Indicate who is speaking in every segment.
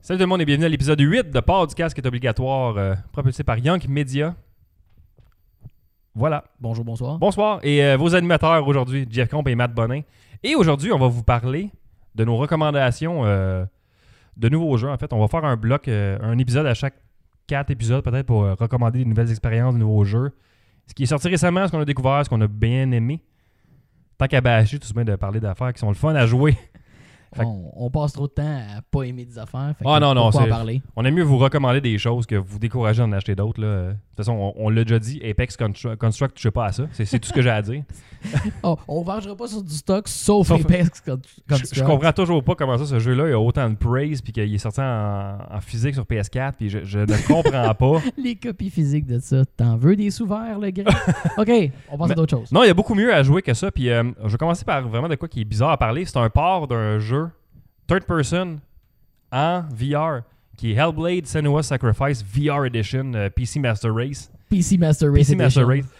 Speaker 1: Salut tout le monde et bienvenue à l'épisode 8 de Port du casque est obligatoire, euh, propulsé par Yank Media. Voilà.
Speaker 2: Bonjour, bonsoir.
Speaker 1: Bonsoir et euh, vos animateurs aujourd'hui, Jeff Comp et Matt Bonin. Et aujourd'hui, on va vous parler de nos recommandations euh, de nouveaux jeux. En fait, on va faire un bloc, euh, un épisode à chaque quatre épisodes peut-être pour euh, recommander des nouvelles expériences, de nouveaux jeux. Ce qui est sorti récemment, ce qu'on a découvert, ce qu'on a bien aimé. Tant qu'à bâcher, tout de même de parler d'affaires qui sont le fun à jouer. Fait que-
Speaker 2: On, on passe trop de temps à pas aimer des affaires. Fait que
Speaker 1: Ah, non, non,
Speaker 2: pourquoi en
Speaker 1: c'est-
Speaker 2: parler.
Speaker 1: On aime mieux vous recommander des choses que vous décourager d'en acheter d'autres. là. Euh, De toute façon, on, on l'a déjà dit, Apex Constru- Construct, je sais pas à ça. C'est c'est tout ce que j'ai à dire.
Speaker 2: Oh, on vergera pas sur du stock sauf,
Speaker 1: Sauf-
Speaker 2: Apex Con-
Speaker 1: Je,
Speaker 2: Construct.
Speaker 1: je comprends toujours pas comment ça, ce jeu-là, il a autant de praise, puis qu'il est sorti en, en physique sur PS4, puis je, je ne comprends pas.
Speaker 2: Les copies physiques de ça. T'en veux des sous-verts, le gars? OK, on passe
Speaker 1: Mais-
Speaker 2: à d'autres choses.
Speaker 1: Non, il y a beaucoup mieux à jouer que ça, puis euh, je vais commencer par vraiment de quoi qui est bizarre à parler. C'est un port d'un jeu third person en VR, qui est Hellblade Senua Sacrifice VR Edition euh, PC Master Race.
Speaker 2: PC Master Race.
Speaker 1: PC Master
Speaker 2: Edition.
Speaker 1: Race.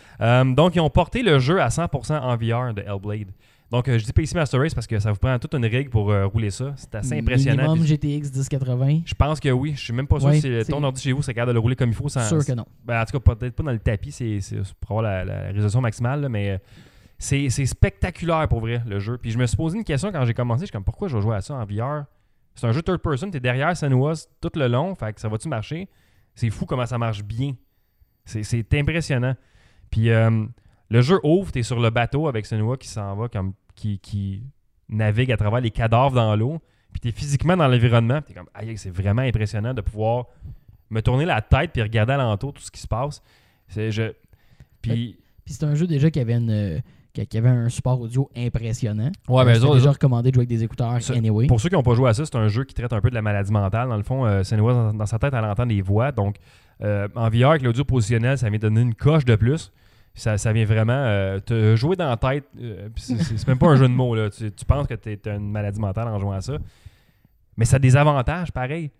Speaker 1: Euh, donc, ils ont porté le jeu à 100% en VR de Hellblade. Donc, euh, je dis PC Master Race parce que ça vous prend toute une rig pour euh, rouler ça. C'est assez impressionnant.
Speaker 2: Minimum
Speaker 1: Puis,
Speaker 2: GTX 1080.
Speaker 1: Je pense que oui. Je suis même pas sûr
Speaker 2: Ouais,
Speaker 1: si le- ton
Speaker 2: c'est-
Speaker 1: ordi chez vous, c'est capable de le rouler comme il faut. Sans...
Speaker 2: Sûr que non.
Speaker 1: Ben, en tout cas, peut-être pas dans le tapis. C'est c'est pour avoir la, la résolution maximale, là, mais euh, c'est c'est spectaculaire pour vrai, le jeu. Puis je me suis posé une question quand j'ai commencé. Je suis comme, pourquoi je vais jouer à ça en VR? C'est un jeu third person. T'es derrière Senua tout le long. Fait que ça va-tu marcher? C'est fou comment ça marche bien. C'est- C'est impressionnant. Puis euh, le jeu ouvre, t'es sur le bateau avec Senua qui s'en va, comme, qui, qui navigue à travers les cadavres dans l'eau. Puis t'es physiquement dans l'environnement. Puis T'es comme, aïe, aïe, c'est vraiment impressionnant de pouvoir me tourner la tête puis regarder alentour tout ce qui se passe. C'est je. Puis.
Speaker 2: Puis c'est un jeu déjà qui avait une euh, qui qui avait un support audio impressionnant.
Speaker 1: Ouais, mais
Speaker 2: C'était
Speaker 1: eux autres-
Speaker 2: déjà recommandé de jouer avec des écouteurs
Speaker 1: Ça-
Speaker 2: anyway.
Speaker 1: Pour ceux qui n'ont pas joué à ça, c'est un jeu qui traite un peu de la maladie mentale. Dans le fond, euh, Senua, dans, dans sa tête, elle entend des voix. Donc, euh, en VR, avec l'audio positionnel, ça vient donner une coche de plus. Ça, ça vient vraiment euh, te jouer dans la tête. euh, puis c'est- c'est c'est même pas un jeu de mots. Là. Tu, tu penses que tu as une maladie mentale en jouant à ça. Mais ça a des avantages, pareil.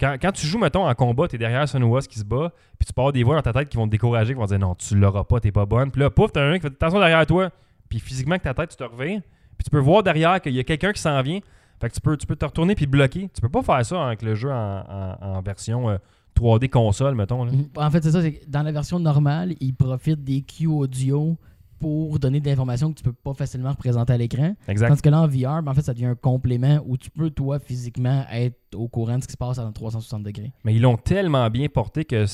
Speaker 1: Quand, quand tu joues, mettons, en combat, tu es derrière Senua qui se bat, puis tu pars des voix dans ta tête qui vont te décourager, qui vont te dire non, tu l'auras pas, t'es pas bonne. Puis là, pouf, t'as un qui fait attention derrière toi. Puis physiquement, que ta tête, tu te reviens. Puis tu peux voir derrière qu'il y a quelqu'un qui s'en vient. Fait que tu peux, tu peux te retourner puis te bloquer. Tu peux pas faire ça avec le jeu en, en- en version euh, 3D console, mettons. là.
Speaker 2: Mhm. En fait, c'est ça. c'est que dans la version normale, ils profitent des cues audio pour donner de l'information que tu peux pas facilement représenter à l'écran.
Speaker 1: Exact.
Speaker 2: Tandis que là, en VR, ben, en fait, ça devient un complément où tu peux, toi, physiquement, être au courant de ce qui se passe à 360 degrés.
Speaker 1: Mais ils l'ont tellement bien porté que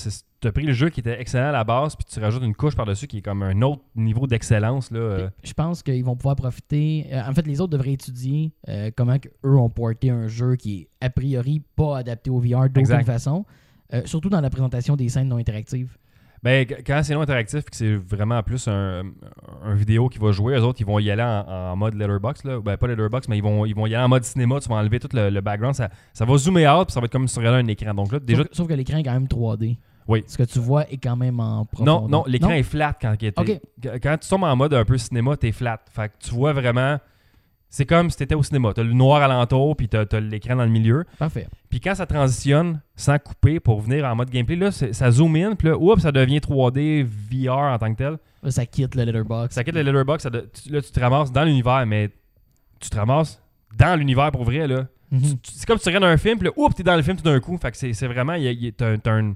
Speaker 1: tu as pris le jeu qui était excellent à la base, puis tu rajoutes une couche par-dessus qui est comme un autre niveau d'excellence. là, euh.
Speaker 2: Puis, Je pense qu'ils vont pouvoir profiter. euh, en fait, les autres devraient étudier euh, comment que eux ont porté un jeu qui est a priori pas adapté au VR d'aucune
Speaker 1: Exact.
Speaker 2: façon. Euh, surtout dans la présentation des scènes non interactives.
Speaker 1: Ben, qu- quand c'est non interactif puis que c'est vraiment plus un, un vidéo qui va jouer, eux autres, ils vont y aller en, en mode letterbox. Là. Ben, pas letterbox, mais ils vont, ils vont y aller en mode cinéma. Tu vas enlever tout le, le background. Ça, ça va zoomer out puis ça va être comme si tu regardais un écran. Donc là, déjà,
Speaker 2: Sauf, que- sauf que l'écran est quand même 3D.
Speaker 1: Oui.
Speaker 2: Ce que tu vois est quand même en profondeur.
Speaker 1: Non, non, l'écran est flat quand il était.
Speaker 2: Ok.
Speaker 1: Qu- Quand tu tombes en mode un peu cinéma, t'es flat. Fait que tu vois vraiment. C'est comme si t'étais au cinéma. T'as le noir alentour, puis t'as t'as l'écran dans le milieu.
Speaker 2: Parfait.
Speaker 1: Puis quand ça transitionne sans couper pour venir en mode gameplay, là, c'est- ça zoom in, puis là, oups, ça devient 3D, VR en tant que tel.
Speaker 2: Là, ça quitte le letterbox.
Speaker 1: Ça quitte le letterbox, ça de- tu- là, tu te ramasses dans l'univers, mais tu te ramasses dans l'univers pour vrai, là.
Speaker 2: Mhm.
Speaker 1: Tu- C'est comme si tu regardes un film, puis là, oups, t'es dans le film tout d'un coup. Fait que c'est c'est vraiment. il y a- il y a- T'as un- t'as un-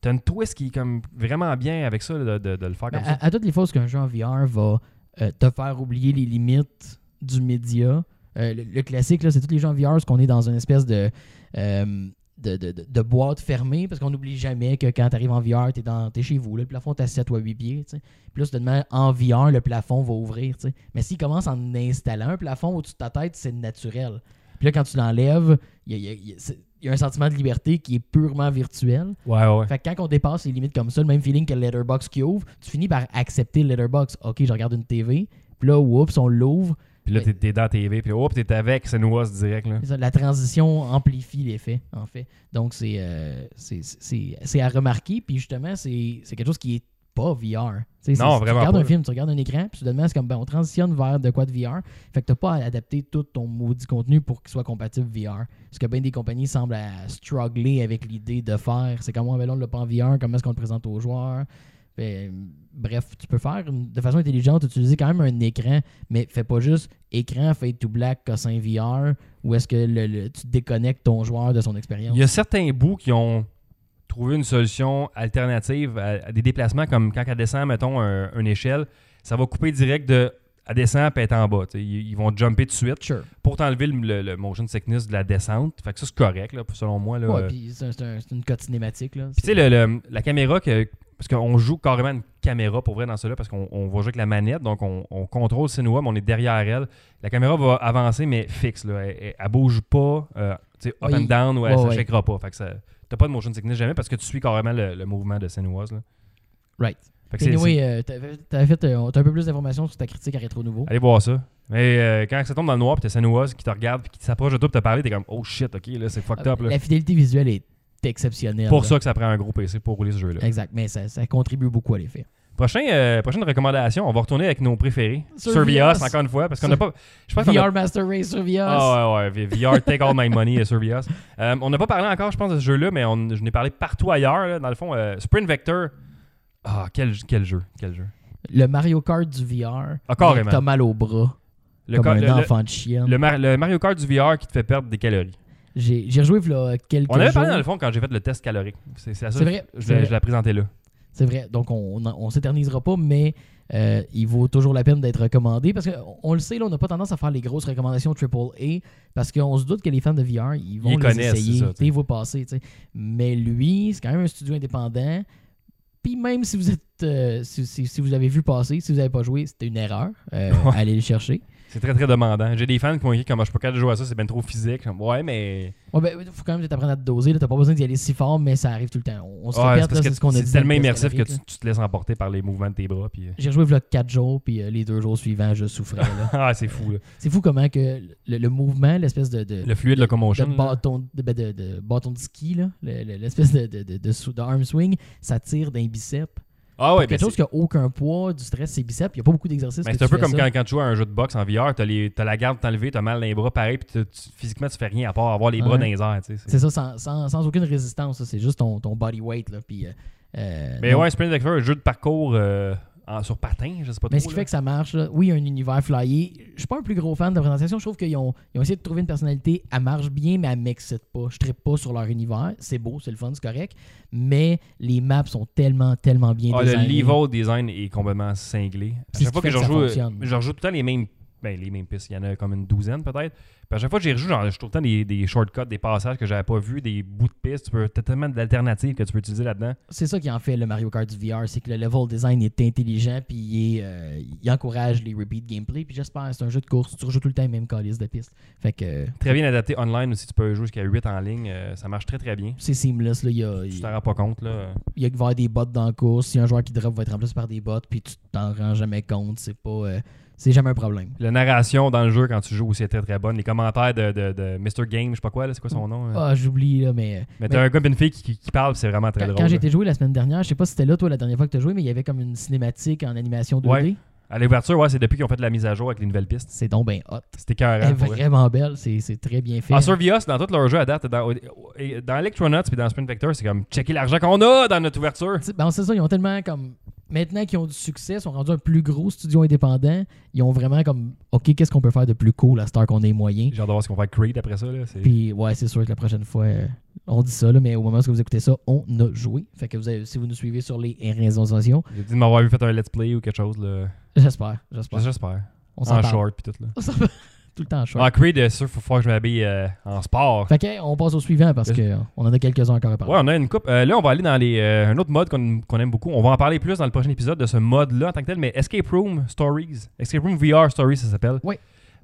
Speaker 1: t'as une twist qui est comme vraiment bien avec ça, là, de, de- de le faire
Speaker 2: Mais
Speaker 1: comme ça.
Speaker 2: à, à toutes les fois où un jeu en VR va euh, te faire oublier les limites du média, euh, le, le classique, là, c'est tous les jeux en VR, ce qu'on est dans une espèce de, euh, de, de- de- de boîte fermée, parce qu'on n'oublie jamais que quand tu arrives en VR, tu es, chez vous, là, le plafond est à 7 ou à 8 pieds. tu sais. Puis là, soudainement, en VR, le plafond va ouvrir. tu sais. Mais s'il commence en installant un plafond au-dessus de ta tête, c'est naturel. Puis là, quand tu l'enlèves, il y a- il y a- il y a- c'est- il y a un sentiment de liberté qui est purement virtuel.
Speaker 1: Ouais, ouais.
Speaker 2: euh, Fait que quand on dépasse les limites comme ça, le même feeling que le letterbox qui ouvre, tu finis par accepter le letterbox. Ok, je regarde une TV. Puis là, oups, on l'ouvre.
Speaker 1: Puis là,
Speaker 2: Mais-
Speaker 1: t'es- t'es dans TV, puis hop, t'es avec, c'est nous direct. Là.
Speaker 2: C'est ça, La transition amplifie l'effet, en fait. Donc, c'est euh, c'est- c'est- c'est à remarquer. Puis justement, c'est c'est quelque chose qui est pas VR. Tu sais, c'est-
Speaker 1: Non,
Speaker 2: tu
Speaker 1: vraiment
Speaker 2: regardes
Speaker 1: pas.
Speaker 2: un film, tu regardes un écran, puis soudainement, c'est comme, ben, on transitionne vers de quoi de VR. Fait que t'as pas à adapter tout ton maudit contenu pour qu'il soit compatible VR. Ce que bien des compagnies semblent à struggler avec l'idée de faire. C'est comme, ouais, ben là, on l'a pas en VR, comment est-ce qu'on le présente aux joueurs? Fait Fait, bref, tu peux faire une- de façon intelligente, utiliser quand même un écran, mais fais pas juste écran fade to black cossin VR ou est-ce que le- le- tu déconnectes ton joueur de son expérience.
Speaker 1: Il y a certains bouts qui ont trouvé une solution alternative à, à des déplacements, comme quand elle descend, mettons, un- une échelle, ça va couper direct de. Elle descend puis elle est en bas. tu sais. Ils, ils vont jumper tout de suite
Speaker 2: Sure.
Speaker 1: pour t'enlever le, le- le motion sickness de la descente. Fait que ça, c'est correct, là, selon moi. là.
Speaker 2: Ouais, puis c'est un- c'est un- c'est une cote cinématique. Là.
Speaker 1: Puis tu sais, le- le- la caméra, que, parce qu'on joue carrément une caméra pour vrai dans cela, parce qu'on on va jouer avec la manette, donc on, on contrôle Cineweb, on est derrière elle. La caméra va avancer, mais fixe. Là. Elle, elle- elle bouge pas euh, tu sais, up
Speaker 2: Oui.
Speaker 1: and down, ouais,
Speaker 2: Ouais,
Speaker 1: ça
Speaker 2: ouais.
Speaker 1: shakera pas. Fait que ça- t'as pas de motion sickness jamais parce que tu suis carrément le, le mouvement de Cineweb. là.
Speaker 2: Right.
Speaker 1: Fait que c'est-
Speaker 2: Anyway, euh, t'avais- t'avais fait euh, t'as un peu plus d'informations sur ta critique à Rétro Nouveau.
Speaker 1: c'est- Allez voir ça. Mais euh, quand ça tombe dans le noir, puis t'as Cineweb qui te regarde, puis qui s'approche de toi, puis te parler, t'es comme oh shit, ok, là c'est fucked up. là.
Speaker 2: La fidélité visuelle est exceptionnelle.
Speaker 1: Pour
Speaker 2: là.
Speaker 1: ça que ça prend un gros PC pour rouler ce jeu-là.
Speaker 2: Exact, mais ça, ça contribue beaucoup à l'effet.
Speaker 1: Prochain, euh, prochaine recommandation, on va retourner avec nos préférés.
Speaker 2: Sur
Speaker 1: Sur
Speaker 2: Vios.
Speaker 1: VOS, encore une fois, parce qu'on
Speaker 2: Sur-
Speaker 1: n'a pas. Je pense qu'on a-
Speaker 2: VR Master Race sur VR.
Speaker 1: Ah ouais, ouais, v- VR, take all my money et Sur VOS. Euh, on n'a pas parlé encore, je pense, de ce jeu-là, mais on, je n'ai parlé partout ailleurs. là. Dans le fond, euh, Sprint Vector. Ah, quel, quel jeu. Quel jeu.
Speaker 2: Le Mario Kart du VR.
Speaker 1: Ah, carrément.
Speaker 2: mais T'as mal au bras.
Speaker 1: Le,
Speaker 2: comme
Speaker 1: co-
Speaker 2: un
Speaker 1: le- le-
Speaker 2: enfant de chienne.
Speaker 1: le Mar- le Mario Kart du VR qui te fait perdre des calories.
Speaker 2: J'ai j'ai rejoué là, quelques
Speaker 1: On avait
Speaker 2: jours.
Speaker 1: parlé, dans le fond, quand j'ai fait le test calorique. C'est c'est la
Speaker 2: C'est
Speaker 1: seule.
Speaker 2: vrai.
Speaker 1: Je
Speaker 2: c'est
Speaker 1: l'ai-
Speaker 2: vrai.
Speaker 1: je la présentais là.
Speaker 2: C'est vrai. Donc, on, on, on s'éternisera pas, mais euh, il vaut toujours la peine d'être recommandé parce qu'on le sait, là, on n'a pas tendance à faire les grosses recommandations AAA parce qu'on se doute que les fans de VR, ils
Speaker 1: Ils
Speaker 2: vont les
Speaker 1: connaissent,
Speaker 2: essayer,
Speaker 1: c'est ça, tu sais.
Speaker 2: ils vont passer. tu sais. Mais lui, c'est quand même un studio indépendant. Puis même si vous êtes, euh, si, si- si vous avez vu passer, si vous n'avez pas joué, c'était une erreur. Euh,
Speaker 1: Ouais.
Speaker 2: Allez le chercher.
Speaker 1: C'est très, très demandant. J'ai des fans qui m'ont écrit comme Ah, je peux pas capable de jouer à ça, c'est bien trop physique. Comme, Ouais, mais.
Speaker 2: Ouais, ben, faut quand même t'apprendre à te doser. là. T'as pas besoin d'y aller si fort, mais ça arrive tout le temps. On, on se
Speaker 1: Ouais, c'est
Speaker 2: répète, là,
Speaker 1: parce que
Speaker 2: c'est ce qu'on a dit.
Speaker 1: c'est
Speaker 2: dans le
Speaker 1: tellement
Speaker 2: test
Speaker 1: immersif que
Speaker 2: calorique,
Speaker 1: tu,
Speaker 2: là.
Speaker 1: tu te laisses emporter par les mouvements de tes bras. Puis... euh,
Speaker 2: J'ai rejoué v'là 4 jours, puis euh, les deux jours suivants, je souffrais. là.
Speaker 1: ah, c'est fou. là.
Speaker 2: C'est fou comment que le, le mouvement, l'espèce de, de,
Speaker 1: Le fluide locomotion.
Speaker 2: de
Speaker 1: là.
Speaker 2: bâton, de, ben, de- de bâton de ski, là, le- le- l'espèce de, de, de, de sou- de arm swing, ça tire d'un bicep.
Speaker 1: Ah ouais, ben
Speaker 2: Quelque chose qui n'a aucun poids, du stress, c'est biceps. Il n'y a pas beaucoup d'exercices.
Speaker 1: Mais
Speaker 2: que
Speaker 1: c'est un
Speaker 2: tu
Speaker 1: peu
Speaker 2: fais
Speaker 1: comme
Speaker 2: ça.
Speaker 1: quand, quand tu joues à un jeu de boxe en VR, t'as, les, t'as la garde t'enlever, t'as mal dans les bras, pareil, puis tu- tu- physiquement tu fais rien à part avoir les bras
Speaker 2: Ouais.
Speaker 1: dans les airs. tu sais, c'est-
Speaker 2: C'est ça, sans, sans, sans aucune résistance. ça. C'est juste ton, ton body weight. Là, puis, euh, euh,
Speaker 1: Mais
Speaker 2: donc-
Speaker 1: ouais, Sprint Vector, un jeu de parcours euh, en- sur patin, je sais pas
Speaker 2: Mais ce
Speaker 1: trop.
Speaker 2: qui
Speaker 1: là.
Speaker 2: fait que ça marche, là, oui, il y a un univers flyé. Je suis pas un plus gros fan de la présentation. Je trouve qu'ils ont, ils ont essayé de trouver une personnalité. Elle marche bien, mais elle m'excite pas. Je trippe pas sur leur univers. C'est beau, c'est le fun, c'est correct. Mais les maps sont tellement, tellement bien
Speaker 1: Ah, le
Speaker 2: designées.
Speaker 1: level design est complètement cinglé. À
Speaker 2: C'est ce
Speaker 1: chaque fois
Speaker 2: qui
Speaker 1: que,
Speaker 2: fait
Speaker 1: je
Speaker 2: que ça
Speaker 1: rejoue,
Speaker 2: fonctionne.
Speaker 1: je rejoue tout le temps les mêmes, ben, les mêmes pistes. Il y en a comme une douzaine peut-être. Puis à chaque fois que j'y rejoue, genre, je trouve tout le temps des, des shortcuts, des passages que j'avais pas vus, des bouts de pistes. Tu peux, t'as tellement d'alternatives que tu peux utiliser là-dedans.
Speaker 2: C'est ça qui en fait le Mario Kart du VR, c'est que le level design est intelligent puis il, est, euh, il encourage les repeat gameplay. Puis j'espère que c'est un jeu de course. Tu rejoues tout le temps les mêmes calices de piste. Fait que euh,
Speaker 1: Très bien adapté online aussi. Tu peux jouer jusqu'à 8 en ligne. euh, ça marche très très bien.
Speaker 2: c'est seamless. Là, il y a,
Speaker 1: Tu t'en rends pas compte là.
Speaker 2: il y a va y avoir des bots dans la course. Si un joueur qui drop va être remplacé par des bots, puis tu t'en rends jamais compte, c'est pas, euh, c'est jamais un problème.
Speaker 1: La narration dans le jeu quand tu joues aussi est très très bonne. Les commentaires de, de, de Mr. Game, je sais pas quoi, là, c'est quoi son nom? hein?
Speaker 2: Ah, j'oublie là, mais, euh,
Speaker 1: mais t'as un gars et une fille qui, qui- qui parle, c'est vraiment très
Speaker 2: quand,
Speaker 1: drôle. hein.
Speaker 2: quand
Speaker 1: là.
Speaker 2: j'ai été joué la semaine dernière, je sais pas si c'était là toi la dernière fois que tu as joué, mais il y avait comme une cinématique en animation 2D.
Speaker 1: Ouais. À l'ouverture, ouais, c'est depuis qu'ils ont fait de la mise à jour avec les nouvelles pistes.
Speaker 2: C'est donc bien hot.
Speaker 1: C'était
Speaker 2: Elle est
Speaker 1: carrément.
Speaker 2: vraiment belle, c'est c'est très bien fait.
Speaker 1: En Survios, dans tous leurs jeux à date, dans, et dans Electronauts puis dans Sprint Vector, c'est comme checker l'argent qu'on a dans notre ouverture.
Speaker 2: Tu sais, ben, c'est ça, ils ont tellement comme. Maintenant qu'ils ont du succès, ils sont rendus un plus gros studio indépendant. Ils ont vraiment comme. Ok, qu'est-ce qu'on peut faire de plus cool à Star qu'on ait moyen?
Speaker 1: J'ai hâte de voir ce qu'on va faire avec Creed après ça. Là. C'est-
Speaker 2: Puis ouais, c'est sûr que la prochaine fois, euh, on dit ça, là, mais au moment où vous écoutez ça, on a joué. Fait que vous avez- si vous nous suivez sur les réseaux sociaux,
Speaker 1: J'ai dit de m'avoir vu faire un let's play ou quelque chose. Là.
Speaker 2: j'espère, j'espère.
Speaker 1: J'espère.
Speaker 2: On s'en
Speaker 1: En
Speaker 2: parle.
Speaker 1: short puis tout. Là.
Speaker 2: On s'en parle. Tout le temps en short.
Speaker 1: Ah, Creed, euh, c'est sûr, faut falloir que je m'habille euh, en sport.
Speaker 2: Fait que hey, on passe au suivant parce que euh, on en a quelques-uns encore à parler.
Speaker 1: Ouais, on a une coupe. Euh, là, on va aller dans les, euh, un autre mode qu'on qu'on aime beaucoup. On va en parler plus dans le prochain épisode de ce mode-là en tant que tel, mais Escape Room Stories. Escape Room VR Stories, ça s'appelle.
Speaker 2: Oui.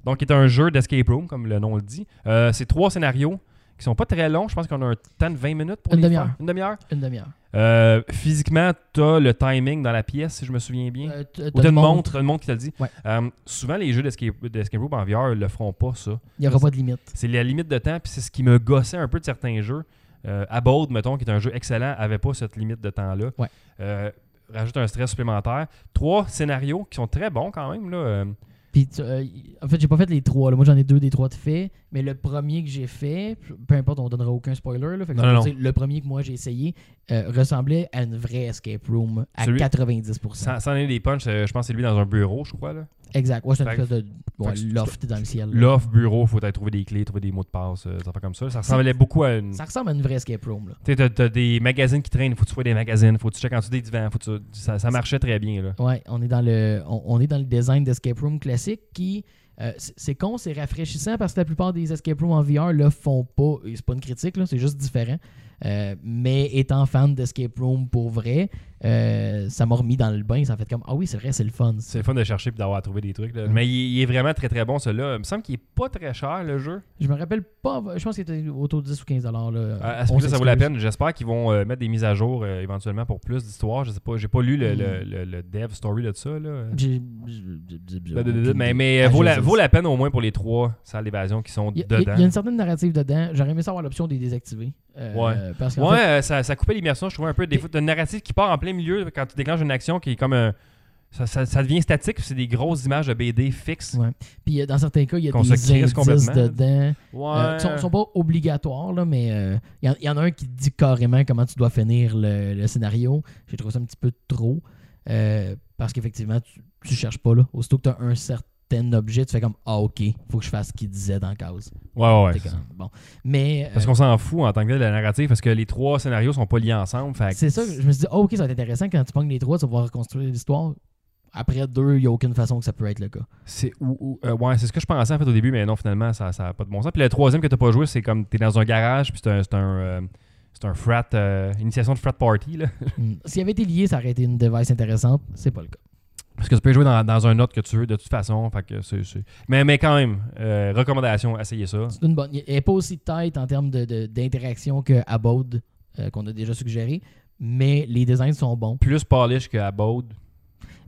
Speaker 1: Donc, c'est un jeu d'escape room, comme le nom le dit. Euh, c'est trois scénarios qui sont pas très longs. Je pense qu'on a un temps de 20 minutes pour
Speaker 2: Une
Speaker 1: les
Speaker 2: demi-heure.
Speaker 1: faire. Une demi-heure.
Speaker 2: Une demi-heure.
Speaker 1: Euh, physiquement, tu as le timing dans la pièce, si je me souviens bien.
Speaker 2: Euh, t-
Speaker 1: Ou
Speaker 2: t'as
Speaker 1: t'as
Speaker 2: une
Speaker 1: une montre, une montre qui te le dit.
Speaker 2: Ouais.
Speaker 1: Euh, souvent, les jeux d'escape d'escape room en VR le feront pas, ça.
Speaker 2: Il n'y aura pas de limite.
Speaker 1: C'est la limite de temps, puis c'est ce qui me gossait un peu de certains jeux. Euh, Abode, mettons, qui est un jeu excellent, avait pas cette limite de temps-là.
Speaker 2: Ouais.
Speaker 1: Euh, rajoute un stress supplémentaire. Trois scénarios qui sont très bons quand même. Là. Euh,
Speaker 2: Puis Puis, tu- euh, y- en fait, j'ai pas fait les trois. là. Moi, j'en ai deux des trois de fait. Mais le premier que j'ai fait, peu importe, on donnera aucun spoiler. là. Fait que
Speaker 1: Non, non,
Speaker 2: tu sais, Le premier que moi j'ai essayé euh, ressemblait à une vraie escape room à
Speaker 1: Celui-
Speaker 2: 90%.
Speaker 1: Sans, sans donner des punchs, euh, je pense que c'est lui dans un bureau, je crois. Là.
Speaker 2: Exact. Ouais, c'est une
Speaker 1: Fait que-
Speaker 2: espèce de ouais,
Speaker 1: que c'est-
Speaker 2: loft dans le ciel. là.
Speaker 1: L'offre bureau, faut peut-être trouver des clés, trouver des mots de passe, euh, des affaires comme ça. Ça ressemblait beaucoup à une.
Speaker 2: Ça ressemble à une vraie escape room. Là.
Speaker 1: Tu sais, t'as- t'as des magazines qui traînent, faut que tu sois des magazines, faut que tu checkes en dessous des divans, faut que tu- ça, ça marchait très bien. Là.
Speaker 2: Ouais, on est dans le, on, on est dans le design d'escape room classique qui, euh, c'est c'est con, c'est rafraîchissant parce que la plupart des escape rooms en VR le font pas. Et C'est pas une critique, là, c'est juste différent. Euh, mais étant fan d'escape room pour vrai, euh, ça m'a remis dans le bain. Ça a fait comme ah oui, c'est vrai, c'est le fun.
Speaker 1: C'est le fun de chercher et d'avoir trouvé des trucs. là.
Speaker 2: Ouais.
Speaker 1: Mais il, il est vraiment très très bon celui-là. Il me semble qu'il est pas très cher le jeu.
Speaker 2: Je me rappelle pas, je pense qu'il était autour de 10 ou 15 dollars là.
Speaker 1: À, à ce
Speaker 2: On
Speaker 1: prix-là, Euh, ça vaut la
Speaker 2: s'excuse.
Speaker 1: peine. J'espère qu'ils vont euh, mettre des mises à jour euh, éventuellement pour plus d'histoires. Je sais pas, j'ai pas lu le,
Speaker 2: Mm.
Speaker 1: le- le- le dev story là, de ça. Là. Bah,
Speaker 2: J'ai- j'ai- j'ai-
Speaker 1: Mais-
Speaker 2: j'ai-
Speaker 1: mais mais
Speaker 2: Ah,
Speaker 1: euh, vaut,
Speaker 2: je
Speaker 1: la,
Speaker 2: sais.
Speaker 1: vaut la peine au moins pour les trois salles d'évasion qui sont
Speaker 2: Il y, a- il y a-
Speaker 1: dedans.
Speaker 2: il y a une certaine narrative dedans. J'aurais aimé savoir l'option de les désactiver. Euh,
Speaker 1: Ouais.
Speaker 2: Parce qu'en
Speaker 1: Ouais,
Speaker 2: fait,
Speaker 1: euh, ça, ça coupait l'immersion, je trouvais un peu. Des fois, t'as une narrative qui part en plein milieu quand tu déclenches une action qui est comme un. Ça, ça- ça devient statique, puis c'est des grosses images de BD fixes.
Speaker 2: Ouais. puis euh, dans certains cas, il y a
Speaker 1: Qu'on
Speaker 2: des
Speaker 1: se crisse
Speaker 2: indices
Speaker 1: complètement.
Speaker 2: dedans.
Speaker 1: Ouais.
Speaker 2: Euh, Ils sont, sont pas obligatoires, là, mais euh, il y en- il y, en a un qui te dit carrément comment tu dois finir le, le scénario. J'ai trouvé ça un petit peu trop. euh, parce qu'effectivement, tu, tu cherches pas. Là. Aussitôt que tu as un certain objet, tu fais comme Ah, ok, faut que je fasse ce qu'il disait dans la case.
Speaker 1: Ouais, ouais, ouais.
Speaker 2: T'es comme, bon. Mais.
Speaker 1: Parce
Speaker 2: euh,
Speaker 1: qu'on s'en fout en tant que tel de la narrative, parce que les trois scénarios sont pas liés ensemble. fait que-
Speaker 2: c'est ça, que je me suis dit, Ah, ok, ça va être intéressant quand tu pognes les trois, tu vas pouvoir reconstruire l'histoire. Après deux, il n'y a aucune façon que ça peut être le cas.
Speaker 1: C'est ou, ou- euh, ouais, c'est ce que je pensais en fait au début, mais non, finalement, ça n'a pas de bon sens. Puis le troisième que t'as pas joué, c'est comme t'es dans un garage, puis c'est un, c'est un, euh, c'est un frat, euh, initiation de frat party, là.
Speaker 2: Mm. S'il avait été lié, ça aurait été une device intéressante. C'est pas le cas.
Speaker 1: Parce que tu peux jouer dans, dans un autre que tu veux de toute façon. Fait que c'est- c'est- Mais, mais quand même, euh, recommandation, essayez ça.
Speaker 2: C'est une bonne. Elle n'est pas aussi tight en termes de- de- d'interaction que Abode, euh, qu'on a déjà suggéré, mais les designs sont bons.
Speaker 1: Plus polish que Abode.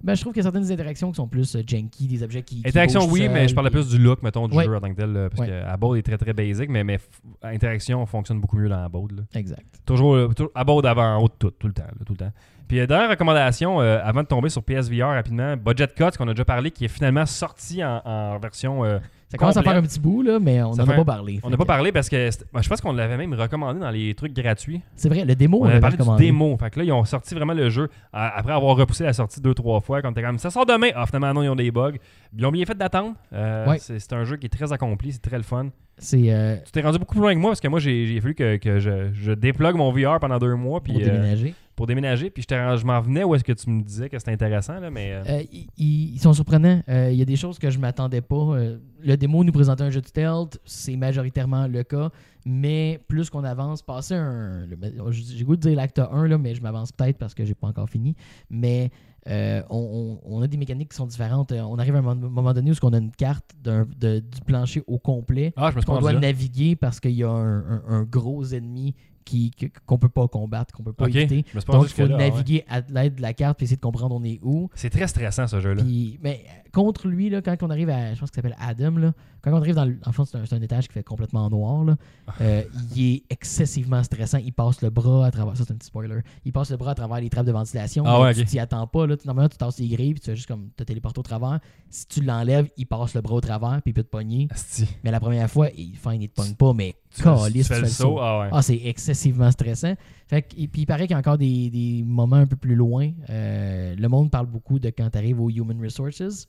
Speaker 2: Ben, je trouve qu'il y a certaines interactions qui sont plus euh, janky, des objets qui. qui
Speaker 1: Interaction,
Speaker 2: bougent
Speaker 1: oui,
Speaker 2: seuls,
Speaker 1: mais je parlais
Speaker 2: puis-
Speaker 1: plus du look, mettons, du
Speaker 2: Ouais.
Speaker 1: jeu en tant que tel. là, parce
Speaker 2: Ouais.
Speaker 1: que Abode est très très basic, mais, mais f- interaction fonctionne beaucoup mieux dans Abode. là.
Speaker 2: Exact.
Speaker 1: Toujours euh, tou- à bord d'avant, en haut de tout, tout le temps. là, tout le temps. Puis euh, dernière recommandation, euh, avant de tomber sur PSVR rapidement, Budget Cuts, qu'on a déjà parlé, qui est finalement sorti en, en version... euh,
Speaker 2: Ça commence à
Speaker 1: Complet.
Speaker 2: faire un petit bout, là, mais on
Speaker 1: Ça
Speaker 2: n'en
Speaker 1: fait
Speaker 2: a
Speaker 1: un-
Speaker 2: pas parlé.
Speaker 1: on
Speaker 2: Fait
Speaker 1: n'a pas
Speaker 2: que-
Speaker 1: parlé parce que c'était- ben, je pense qu'on l'avait même recommandé dans les trucs gratuits.
Speaker 2: C'est vrai, le démo,
Speaker 1: On,
Speaker 2: Oh, on,
Speaker 1: avait
Speaker 2: l'avait
Speaker 1: parlé du
Speaker 2: recommandé.
Speaker 1: démo. Fait que là, ils ont sorti vraiment le jeu euh, après avoir repoussé la sortie deux, trois fois. Quand t'es comme ça sort demain. Ah, finalement, non, ils ont des bugs. Ils ont bien fait d'attendre. Euh,
Speaker 2: Ouais.
Speaker 1: C'est c'est un jeu qui est très accompli, c'est très le fun.
Speaker 2: C'est euh,
Speaker 1: Tu t'es rendu beaucoup plus loin que moi parce que moi, j'ai j'ai fallu que, que je, je déplugue mon VR pendant deux mois. Puis,
Speaker 2: pour
Speaker 1: euh,
Speaker 2: déménager.
Speaker 1: pour déménager. Puis je, t'ai- je m'en venais où est-ce que tu me disais que c'était intéressant, là, mais euh,
Speaker 2: Euh, ils- ils, ils sont surprenants. Euh, Il y a des choses que je m'attendais pas. Euh, le démo nous présentait un jeu de stealth, c'est majoritairement le cas. Mais plus qu'on avance, passer un. le- mais- J'ai j'ai goût de dire l'acte 1, là, mais je m'avance peut-être parce que j'ai pas encore fini. Mais euh, on, on- on a des mécaniques qui sont différentes. Euh, On arrive à un moment- moment donné où on a une carte d'un- de- du plancher au complet.
Speaker 1: Ah, je me suis pas
Speaker 2: On doit
Speaker 1: rendu là.
Speaker 2: naviguer parce qu'il y a un, un- un gros ennemi qui- que- qu'on peut pas combattre, qu'on peut pas
Speaker 1: Ok,
Speaker 2: éviter.
Speaker 1: je me suis pas
Speaker 2: Donc,
Speaker 1: rendu
Speaker 2: il faut
Speaker 1: jusque-là, ah ouais.
Speaker 2: naviguer à l'aide de la carte puis essayer de comprendre on est où.
Speaker 1: C'est très stressant ce jeu-là.
Speaker 2: Puis, mais euh, contre lui, là, quand on arrive à, je pense qu'il s'appelle Adam, là, quand on arrive dans le, en fond, c'est un, c'est un étage qui fait complètement noir, là,
Speaker 1: Ah.
Speaker 2: euh, il est excessivement stressant. Il passe le bras à travers, ça c'est un petit spoiler, il passe le bras à travers les trappes de ventilation.
Speaker 1: Ah
Speaker 2: mais
Speaker 1: ouais,
Speaker 2: tu
Speaker 1: ok.
Speaker 2: t'y attends pas, là, Tu- normalement tu tasses les grilles, puis tu vas juste comme te téléporter au travers. Si tu l'enlèves, il passe le bras au travers, puis il peut te pogner.
Speaker 1: Asti.
Speaker 2: Mais la première fois, il, fin, il te pogne pas, mais
Speaker 1: Ah. Tu,
Speaker 2: calisse,
Speaker 1: fais- tu fais le saut. Ah, ouais.
Speaker 2: ah, c'est excessivement stressant. Fait que- et puis il paraît qu'il y a encore des, des moments un peu plus loin. Euh, le monde parle beaucoup de quand tu arrives aux Human Resources.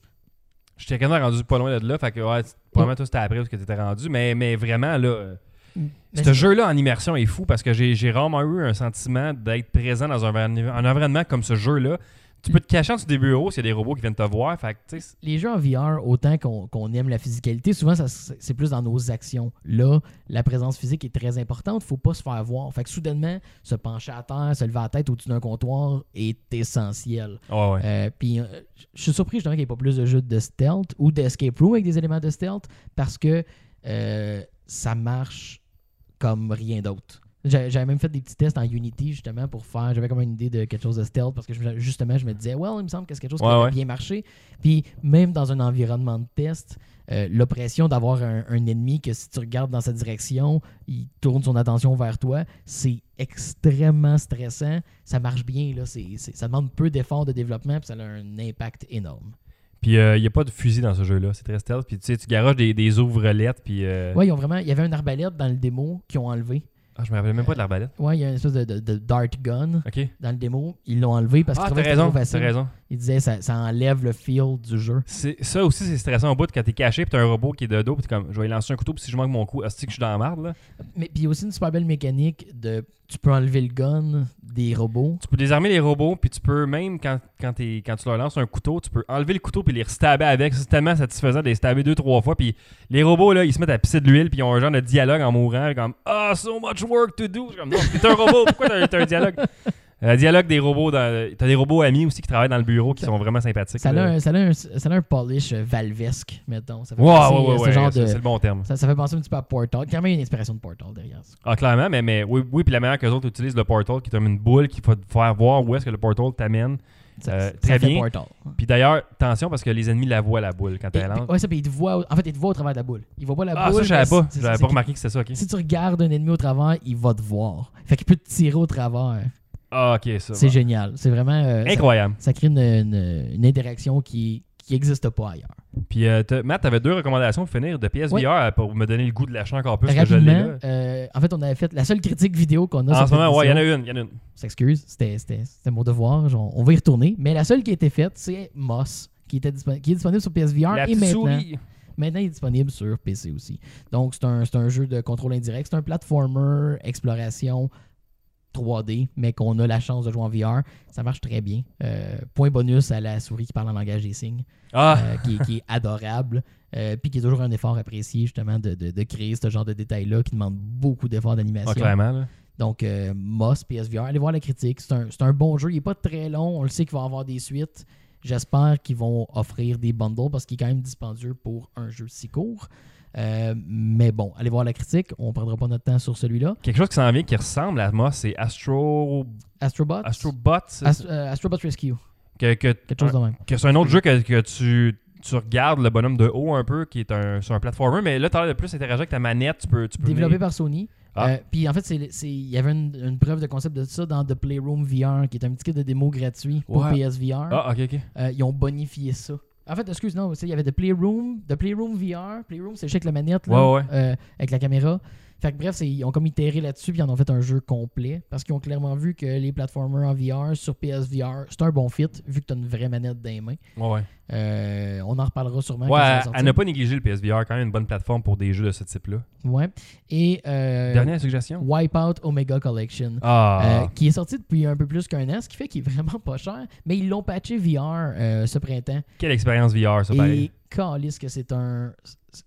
Speaker 1: J'étais quand même rendu pas loin de là. Fait que ouais, tu- probablement toi c'était après où tu étais rendu. Mais, mais vraiment là. euh,
Speaker 2: Mais
Speaker 1: ce
Speaker 2: c'est-
Speaker 1: jeu-là en immersion est fou parce que j'ai j'ai rarement eu un sentiment d'être présent dans un, envi- un environnement comme ce jeu-là. Tu peux te cacher en dessous des bureaux s'il y a des robots qui viennent te voir. Fait que, tu sais,
Speaker 2: Les jeux en VR, autant qu'on qu'on aime la physicalité, souvent ça- c'est plus dans nos actions. Là, la présence physique est très importante. faut pas se faire voir. Fait que soudainement, se pencher à terre, se lever à la tête au-dessus d'un comptoir est essentiel.
Speaker 1: c'est- ouais, ouais.
Speaker 2: Euh, puis euh, je suis surpris justement qu'il n'y ait pas plus de jeux de stealth ou d'escape room avec des éléments de stealth parce que euh, ça marche comme rien d'autre. J'a- J'avais même fait des petits tests en Unity justement pour faire. J'avais comme une idée de quelque chose de stealth parce que je- justement je me disais, well, il me semble que c'est quelque chose qui
Speaker 1: Ouais,
Speaker 2: a
Speaker 1: ouais.
Speaker 2: bien marché. Puis même dans un environnement de test, euh, l'oppression d'avoir un, un ennemi que si tu regardes dans sa direction, il tourne son attention vers toi, c'est extrêmement stressant. Ça marche bien, là. c'est- c'est- ça demande peu d'efforts de développement, puis ça a un impact énorme.
Speaker 1: Puis euh, il n'y a pas de fusil dans ce jeu-là. C'est très stealth. Puis tu sais, tu garoches des, des ouvrelettes. Puis. euh,
Speaker 2: Ouais, ils ont vraiment. Il y avait une arbalète dans le démo qu'ils ont enlevé.
Speaker 1: Ah, je me rappelle même pas de l'arbalète.
Speaker 2: Ouais, il y a une espèce de, de- de dart gun
Speaker 1: Ok.
Speaker 2: dans le démo. Ils l'ont enlevé parce qu'ils
Speaker 1: Ah, t'as
Speaker 2: trouvaient que c'était
Speaker 1: raison. T'as
Speaker 2: trop facile.
Speaker 1: raison.
Speaker 2: Ils disaient ça, ça enlève le feel du jeu.
Speaker 1: C'est- Ça aussi, c'est stressant au bout quand t'es caché, puis t'as un robot qui est de dos, puis t'es comme, je vais lui lancer un couteau, puis si je manque mon coup, hostie que je suis dans la merde, là.
Speaker 2: Mais puis il y a aussi une super belle mécanique de tu peux enlever le gun des robots.
Speaker 1: Tu peux désarmer les robots, puis tu peux même, quand, quand, t'es- quand tu leur lances un couteau, tu peux enlever le couteau, puis les restabber avec. Ça, C'est tellement satisfaisant de les stabber deux, trois fois, puis les robots, là, ils se mettent à pisser de l'huile, puis ils ont un genre de dialogue en mourant, comme, ah, so much work to do. Je suis comme, non, t'es un robot, pourquoi t'as t'as un dialogue? Euh, dialogue des robots, dans- t'as des robots amis aussi qui travaillent dans le bureau qui sont vraiment sympathiques.
Speaker 2: Ça a,
Speaker 1: là.
Speaker 2: un, ça, a un, ça a un polish euh, valvesque, mettons. Ça fait
Speaker 1: Ouais,
Speaker 2: penser,
Speaker 1: ouais, ouais,
Speaker 2: euh, ce
Speaker 1: ouais,
Speaker 2: genre
Speaker 1: ça,
Speaker 2: de-
Speaker 1: c'est le bon terme.
Speaker 2: ça, ça fait penser un petit peu à Portal. Quand même, il y a une inspiration de Portal derrière ça.
Speaker 1: Ah, clairement, mais, mais oui, oui, puis la manière que les autres utilisent le portal, qui est comme une boule qui va te faire voir où est-ce que le portal t'amène.
Speaker 2: Ça-
Speaker 1: Euh,
Speaker 2: ça
Speaker 1: très
Speaker 2: fait
Speaker 1: bien.
Speaker 2: Portal.
Speaker 1: Puis d'ailleurs, attention parce que les ennemis la voient la boule quand
Speaker 2: Et-
Speaker 1: elle lance.
Speaker 2: ouais, ça, puis ils te voient, en fait, ils te voient au travers de la boule. Ils voient pas la
Speaker 1: Ah, ça,
Speaker 2: boule.
Speaker 1: je savais
Speaker 2: mais
Speaker 1: pas.
Speaker 2: c'est- c'est-
Speaker 1: J'avais
Speaker 2: c'est
Speaker 1: pas remarqué que c'était ça, ok.
Speaker 2: que Si tu regardes un ennemi au travers, il va te voir. Fait qu'il peut te tirer au travers.
Speaker 1: Ah, ok, ça.
Speaker 2: C'est
Speaker 1: bon.
Speaker 2: génial. C'est vraiment. euh, ça,
Speaker 1: Incroyable.
Speaker 2: ça crée une, une- une interaction qui qui n'existe pas ailleurs.
Speaker 1: Puis euh, t'as- Matt, t'avais deux recommandations pour finir de PSVR
Speaker 2: Ouais.
Speaker 1: euh, pour me donner le goût de lâcher encore plus que je l'ai
Speaker 2: Rapidement,
Speaker 1: là.
Speaker 2: euh, en fait, on avait fait la seule critique vidéo qu'on a
Speaker 1: En
Speaker 2: sur
Speaker 1: ce moment,
Speaker 2: cette
Speaker 1: ouais, il y en
Speaker 2: édition.
Speaker 1: a une, il y en a une.
Speaker 2: s'excuse, c'était c'était- c'était mon devoir, genre, on va y retourner. Mais la seule qui a été faite, c'est Moss, qui, était disponible, qui est disponible sur PSVR
Speaker 1: La
Speaker 2: et
Speaker 1: petite
Speaker 2: maintenant,
Speaker 1: souris.
Speaker 2: maintenant il est disponible sur PC aussi. Donc c'est un, c'est un jeu de contrôle indirect, c'est un platformer, exploration 3D, mais qu'on a la chance de jouer en VR. Ça marche très bien. Euh, point bonus à la souris qui parle en langage des signes,
Speaker 1: Ah,
Speaker 2: euh, qui, qui est adorable, euh, puis qui est toujours un effort apprécié justement de, de- de créer ce genre de détails-là qui demande beaucoup d'efforts
Speaker 1: ah,
Speaker 2: d'animation.
Speaker 1: clairement, là.
Speaker 2: Donc, euh, Moss, PSVR, allez voir la critique. C'est un, c'est un bon jeu. Il n'est pas très long. On le sait qu'il va avoir des suites. J'espère qu'ils vont offrir des bundles parce qu'il est quand même dispendieux pour un jeu si court. Euh, mais bon, allez voir la critique. On ne prendra pas notre temps sur celui-là.
Speaker 1: Quelque chose qui s'en vient qui ressemble à moi, c'est Astro.
Speaker 2: Astrobot.
Speaker 1: Astrobot. c'est-
Speaker 2: Astrobot euh, Rescue.
Speaker 1: Que, que,
Speaker 2: Ah, Quelque chose de même.
Speaker 1: que c'est un autre jeu que, que tu, tu regardes le bonhomme de haut un peu, qui est un, sur un platformer, mais là, t'as l'air de plus interagir avec ta manette, tu peux. Tu peux
Speaker 2: Développé
Speaker 1: venir-
Speaker 2: par Sony.
Speaker 1: Ah.
Speaker 2: Euh, Puis en fait, c'est- c'est- il y avait une, une preuve de concept de ça dans The Playroom VR, qui est un petit kit de démo gratuit pour
Speaker 1: Ouais.
Speaker 2: PSVR.
Speaker 1: Ah, ok, ok.
Speaker 2: Euh, ils ont bonifié ça. En fait, excuse, non, c'est- il y avait de Playroom, de Playroom VR. Playroom, c'est le jeu avec la manette, là,
Speaker 1: Ouais, ouais.
Speaker 2: euh, avec la caméra. Fait que bref, c'est- ils ont comme itéré là-dessus, puis ils en ont fait un jeu complet. Parce qu'ils ont clairement vu que les platformers en VR sur PSVR, c'est un bon fit, vu que tu as une vraie manette dans les mains.
Speaker 1: Ouais, ouais.
Speaker 2: Euh, on en reparlera sûrement. quand
Speaker 1: Ouais,
Speaker 2: ça va
Speaker 1: à- à
Speaker 2: sortir. Euh,
Speaker 1: ne pas négliger le PSVR, quand même une bonne plateforme pour des jeux de ce type-là.
Speaker 2: Ouais. Et euh,
Speaker 1: Dernière suggestion.
Speaker 2: Wipeout Omega Collection.
Speaker 1: Ah,
Speaker 2: Euh, qui est sorti depuis un peu plus qu'un an, ce qui fait qu'il est vraiment pas cher, mais ils l'ont patché VR euh, ce printemps.
Speaker 1: quelle expérience VR, ça,
Speaker 2: Et
Speaker 1: pareil.
Speaker 2: calisse que c'est un.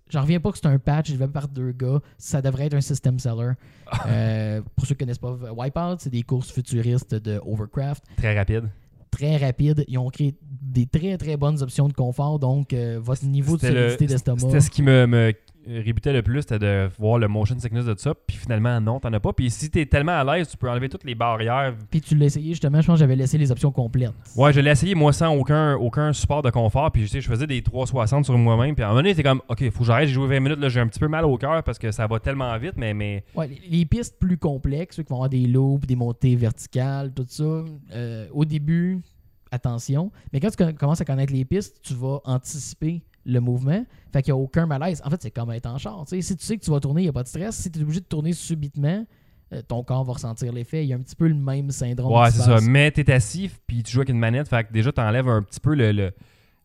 Speaker 2: J'en reviens pas que c'est un patch développé par deux gars. Ça devrait être un system seller. Euh, pour ceux qui connaissent pas Wipeout, c'est des courses futuristes de Overcraft.
Speaker 1: Très rapide.
Speaker 2: Très rapides. Ils ont créé des très très bonnes options de confort. Donc, euh, votre niveau de
Speaker 1: C'était le-
Speaker 2: solidité d'estomac.
Speaker 1: C'était ce qui me, me rébutait le plus, c'était de voir le motion sickness de ça. Puis finalement, non, t'en as pas. Puis si t'es tellement à l'aise, tu peux enlever toutes les barrières.
Speaker 2: Puis tu l'as essayé justement. Je pense que j'avais laissé les options complètes.
Speaker 1: Ouais, je l'ai essayé, moi, sans aucun, aucun support de confort. Puis je sais, je faisais des 360 sur moi-même. Puis à un moment donné, t'es comme, OK, faut que j'arrête, j'ai joué 20 minutes, là, j'ai un petit peu mal au cœur parce que ça va tellement vite, mais. mais...
Speaker 2: Ouais, les- les pistes plus complexes, ceux qui vont avoir des loops, des montées verticales, tout ça, euh, au début, attention. Mais quand tu con- commences à connaître les pistes, tu vas anticiper le mouvement. Fait qu'il n'y a aucun malaise. En fait, c'est comme être en char. tu sais. Si tu sais que tu vas tourner, il n'y a pas de stress. Si tu es obligé de tourner subitement, euh, ton corps va ressentir l'effet. Il y a un petit peu le même syndrome.
Speaker 1: ouais,
Speaker 2: qui se
Speaker 1: c'est ça.
Speaker 2: passe.
Speaker 1: Mais t'es assis, puis tu joues avec une manette. Fait que déjà, t'enlèves un petit peu le. le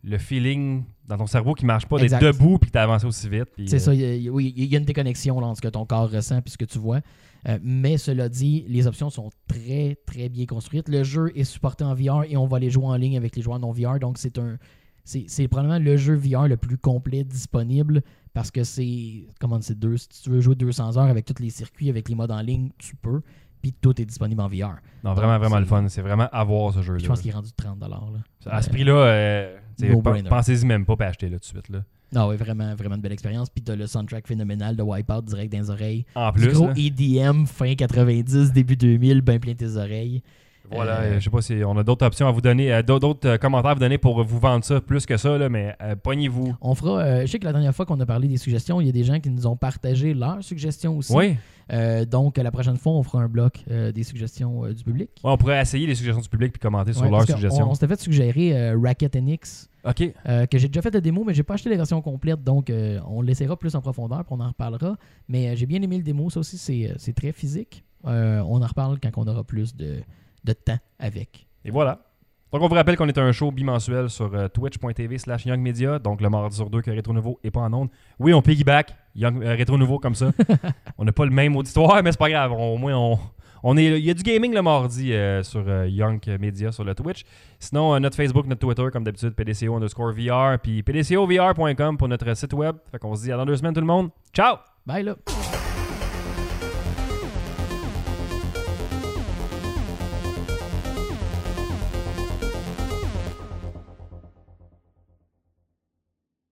Speaker 1: le feeling dans ton cerveau qui marche pas d'être
Speaker 2: Exact.
Speaker 1: debout puis que t'as avancé aussi vite. puis,
Speaker 2: C'est
Speaker 1: euh,
Speaker 2: ça, il y a- il y, a- oui, il y a une déconnexion là, entre ce que ton corps ressent et ce que tu vois. Euh, mais cela dit, les options sont très, très bien construites. Le jeu est supporté en VR et on va les jouer en ligne avec les joueurs non VR. Donc, c'est un. C'est c'est probablement le jeu VR le plus complet disponible parce que c'est. Comment c'est deux. Si tu veux jouer 200 heures avec tous les circuits, avec les modes en ligne, tu peux. Puis tout est disponible en VR.
Speaker 1: euh, Non, vraiment,
Speaker 2: Donc,
Speaker 1: vraiment le
Speaker 2: c'est-
Speaker 1: fun. C'est vraiment à voir ce jeu-là.
Speaker 2: Puis je pense qu'il est rendu 30 là.
Speaker 1: À ce prix-là, euh, t'sais,
Speaker 2: No
Speaker 1: pen-
Speaker 2: brainer.
Speaker 1: pensez-y même pas, puis achetez-le tout de suite. Là.
Speaker 2: Non, oui, Ah vraiment, vraiment une belle expérience. Puis t'as le soundtrack phénoménal de Wipeout direct dans les oreilles.
Speaker 1: En
Speaker 2: Du
Speaker 1: plus,
Speaker 2: gros E
Speaker 1: là,
Speaker 2: EDM fin 90, début 2000, ben plein tes oreilles.
Speaker 1: Voilà,
Speaker 2: Euh,
Speaker 1: euh, je sais pas si on a d'autres options à vous donner, euh, d'autres- d'autres euh, commentaires à vous donner pour vous vendre ça plus que ça, là, mais euh, pognez-vous.
Speaker 2: On fera. euh, je sais que la dernière fois qu'on a parlé des suggestions, il y a des gens qui nous ont partagé leurs suggestions aussi.
Speaker 1: Oui, Ouais,
Speaker 2: Euh, donc, la prochaine fois, on fera un bloc euh, des suggestions euh, du public.
Speaker 1: on pourrait essayer les suggestions du public puis commenter sur
Speaker 2: Ouais,
Speaker 1: leurs
Speaker 2: parce que On,
Speaker 1: suggestions.
Speaker 2: on s'était fait suggérer euh, Racket NX,
Speaker 1: OK.
Speaker 2: euh, que j'ai déjà fait la démo, mais j'ai pas acheté la version complète, donc euh, on l'essaiera plus en profondeur, puis on en reparlera. Mais euh, j'ai bien aimé le démo, ça aussi, c'est, euh, c'est très physique. Euh, on en reparle quand on aura plus de, de temps avec.
Speaker 1: Et voilà. Donc, on vous rappelle qu'on est un show bimensuel sur euh, twitch.tv slash Young Media. Donc, le mardi sur deux que Rétro Nouveau est pas en onde. Oui, on piggyback Young, euh, Rétro Nouveau comme ça. on n'a pas le même auditoire, mais c'est pas grave. On- au moins, on, on est, il y a du gaming le mardi euh, sur euh, Young Media, sur le Twitch. Sinon, euh, notre Facebook, notre Twitter, comme d'habitude, PDCO underscore VR, puis pdcovr.com pour notre site web. Fait qu'on se dit à dans deux semaines, tout le monde. Ciao!
Speaker 2: Bye là!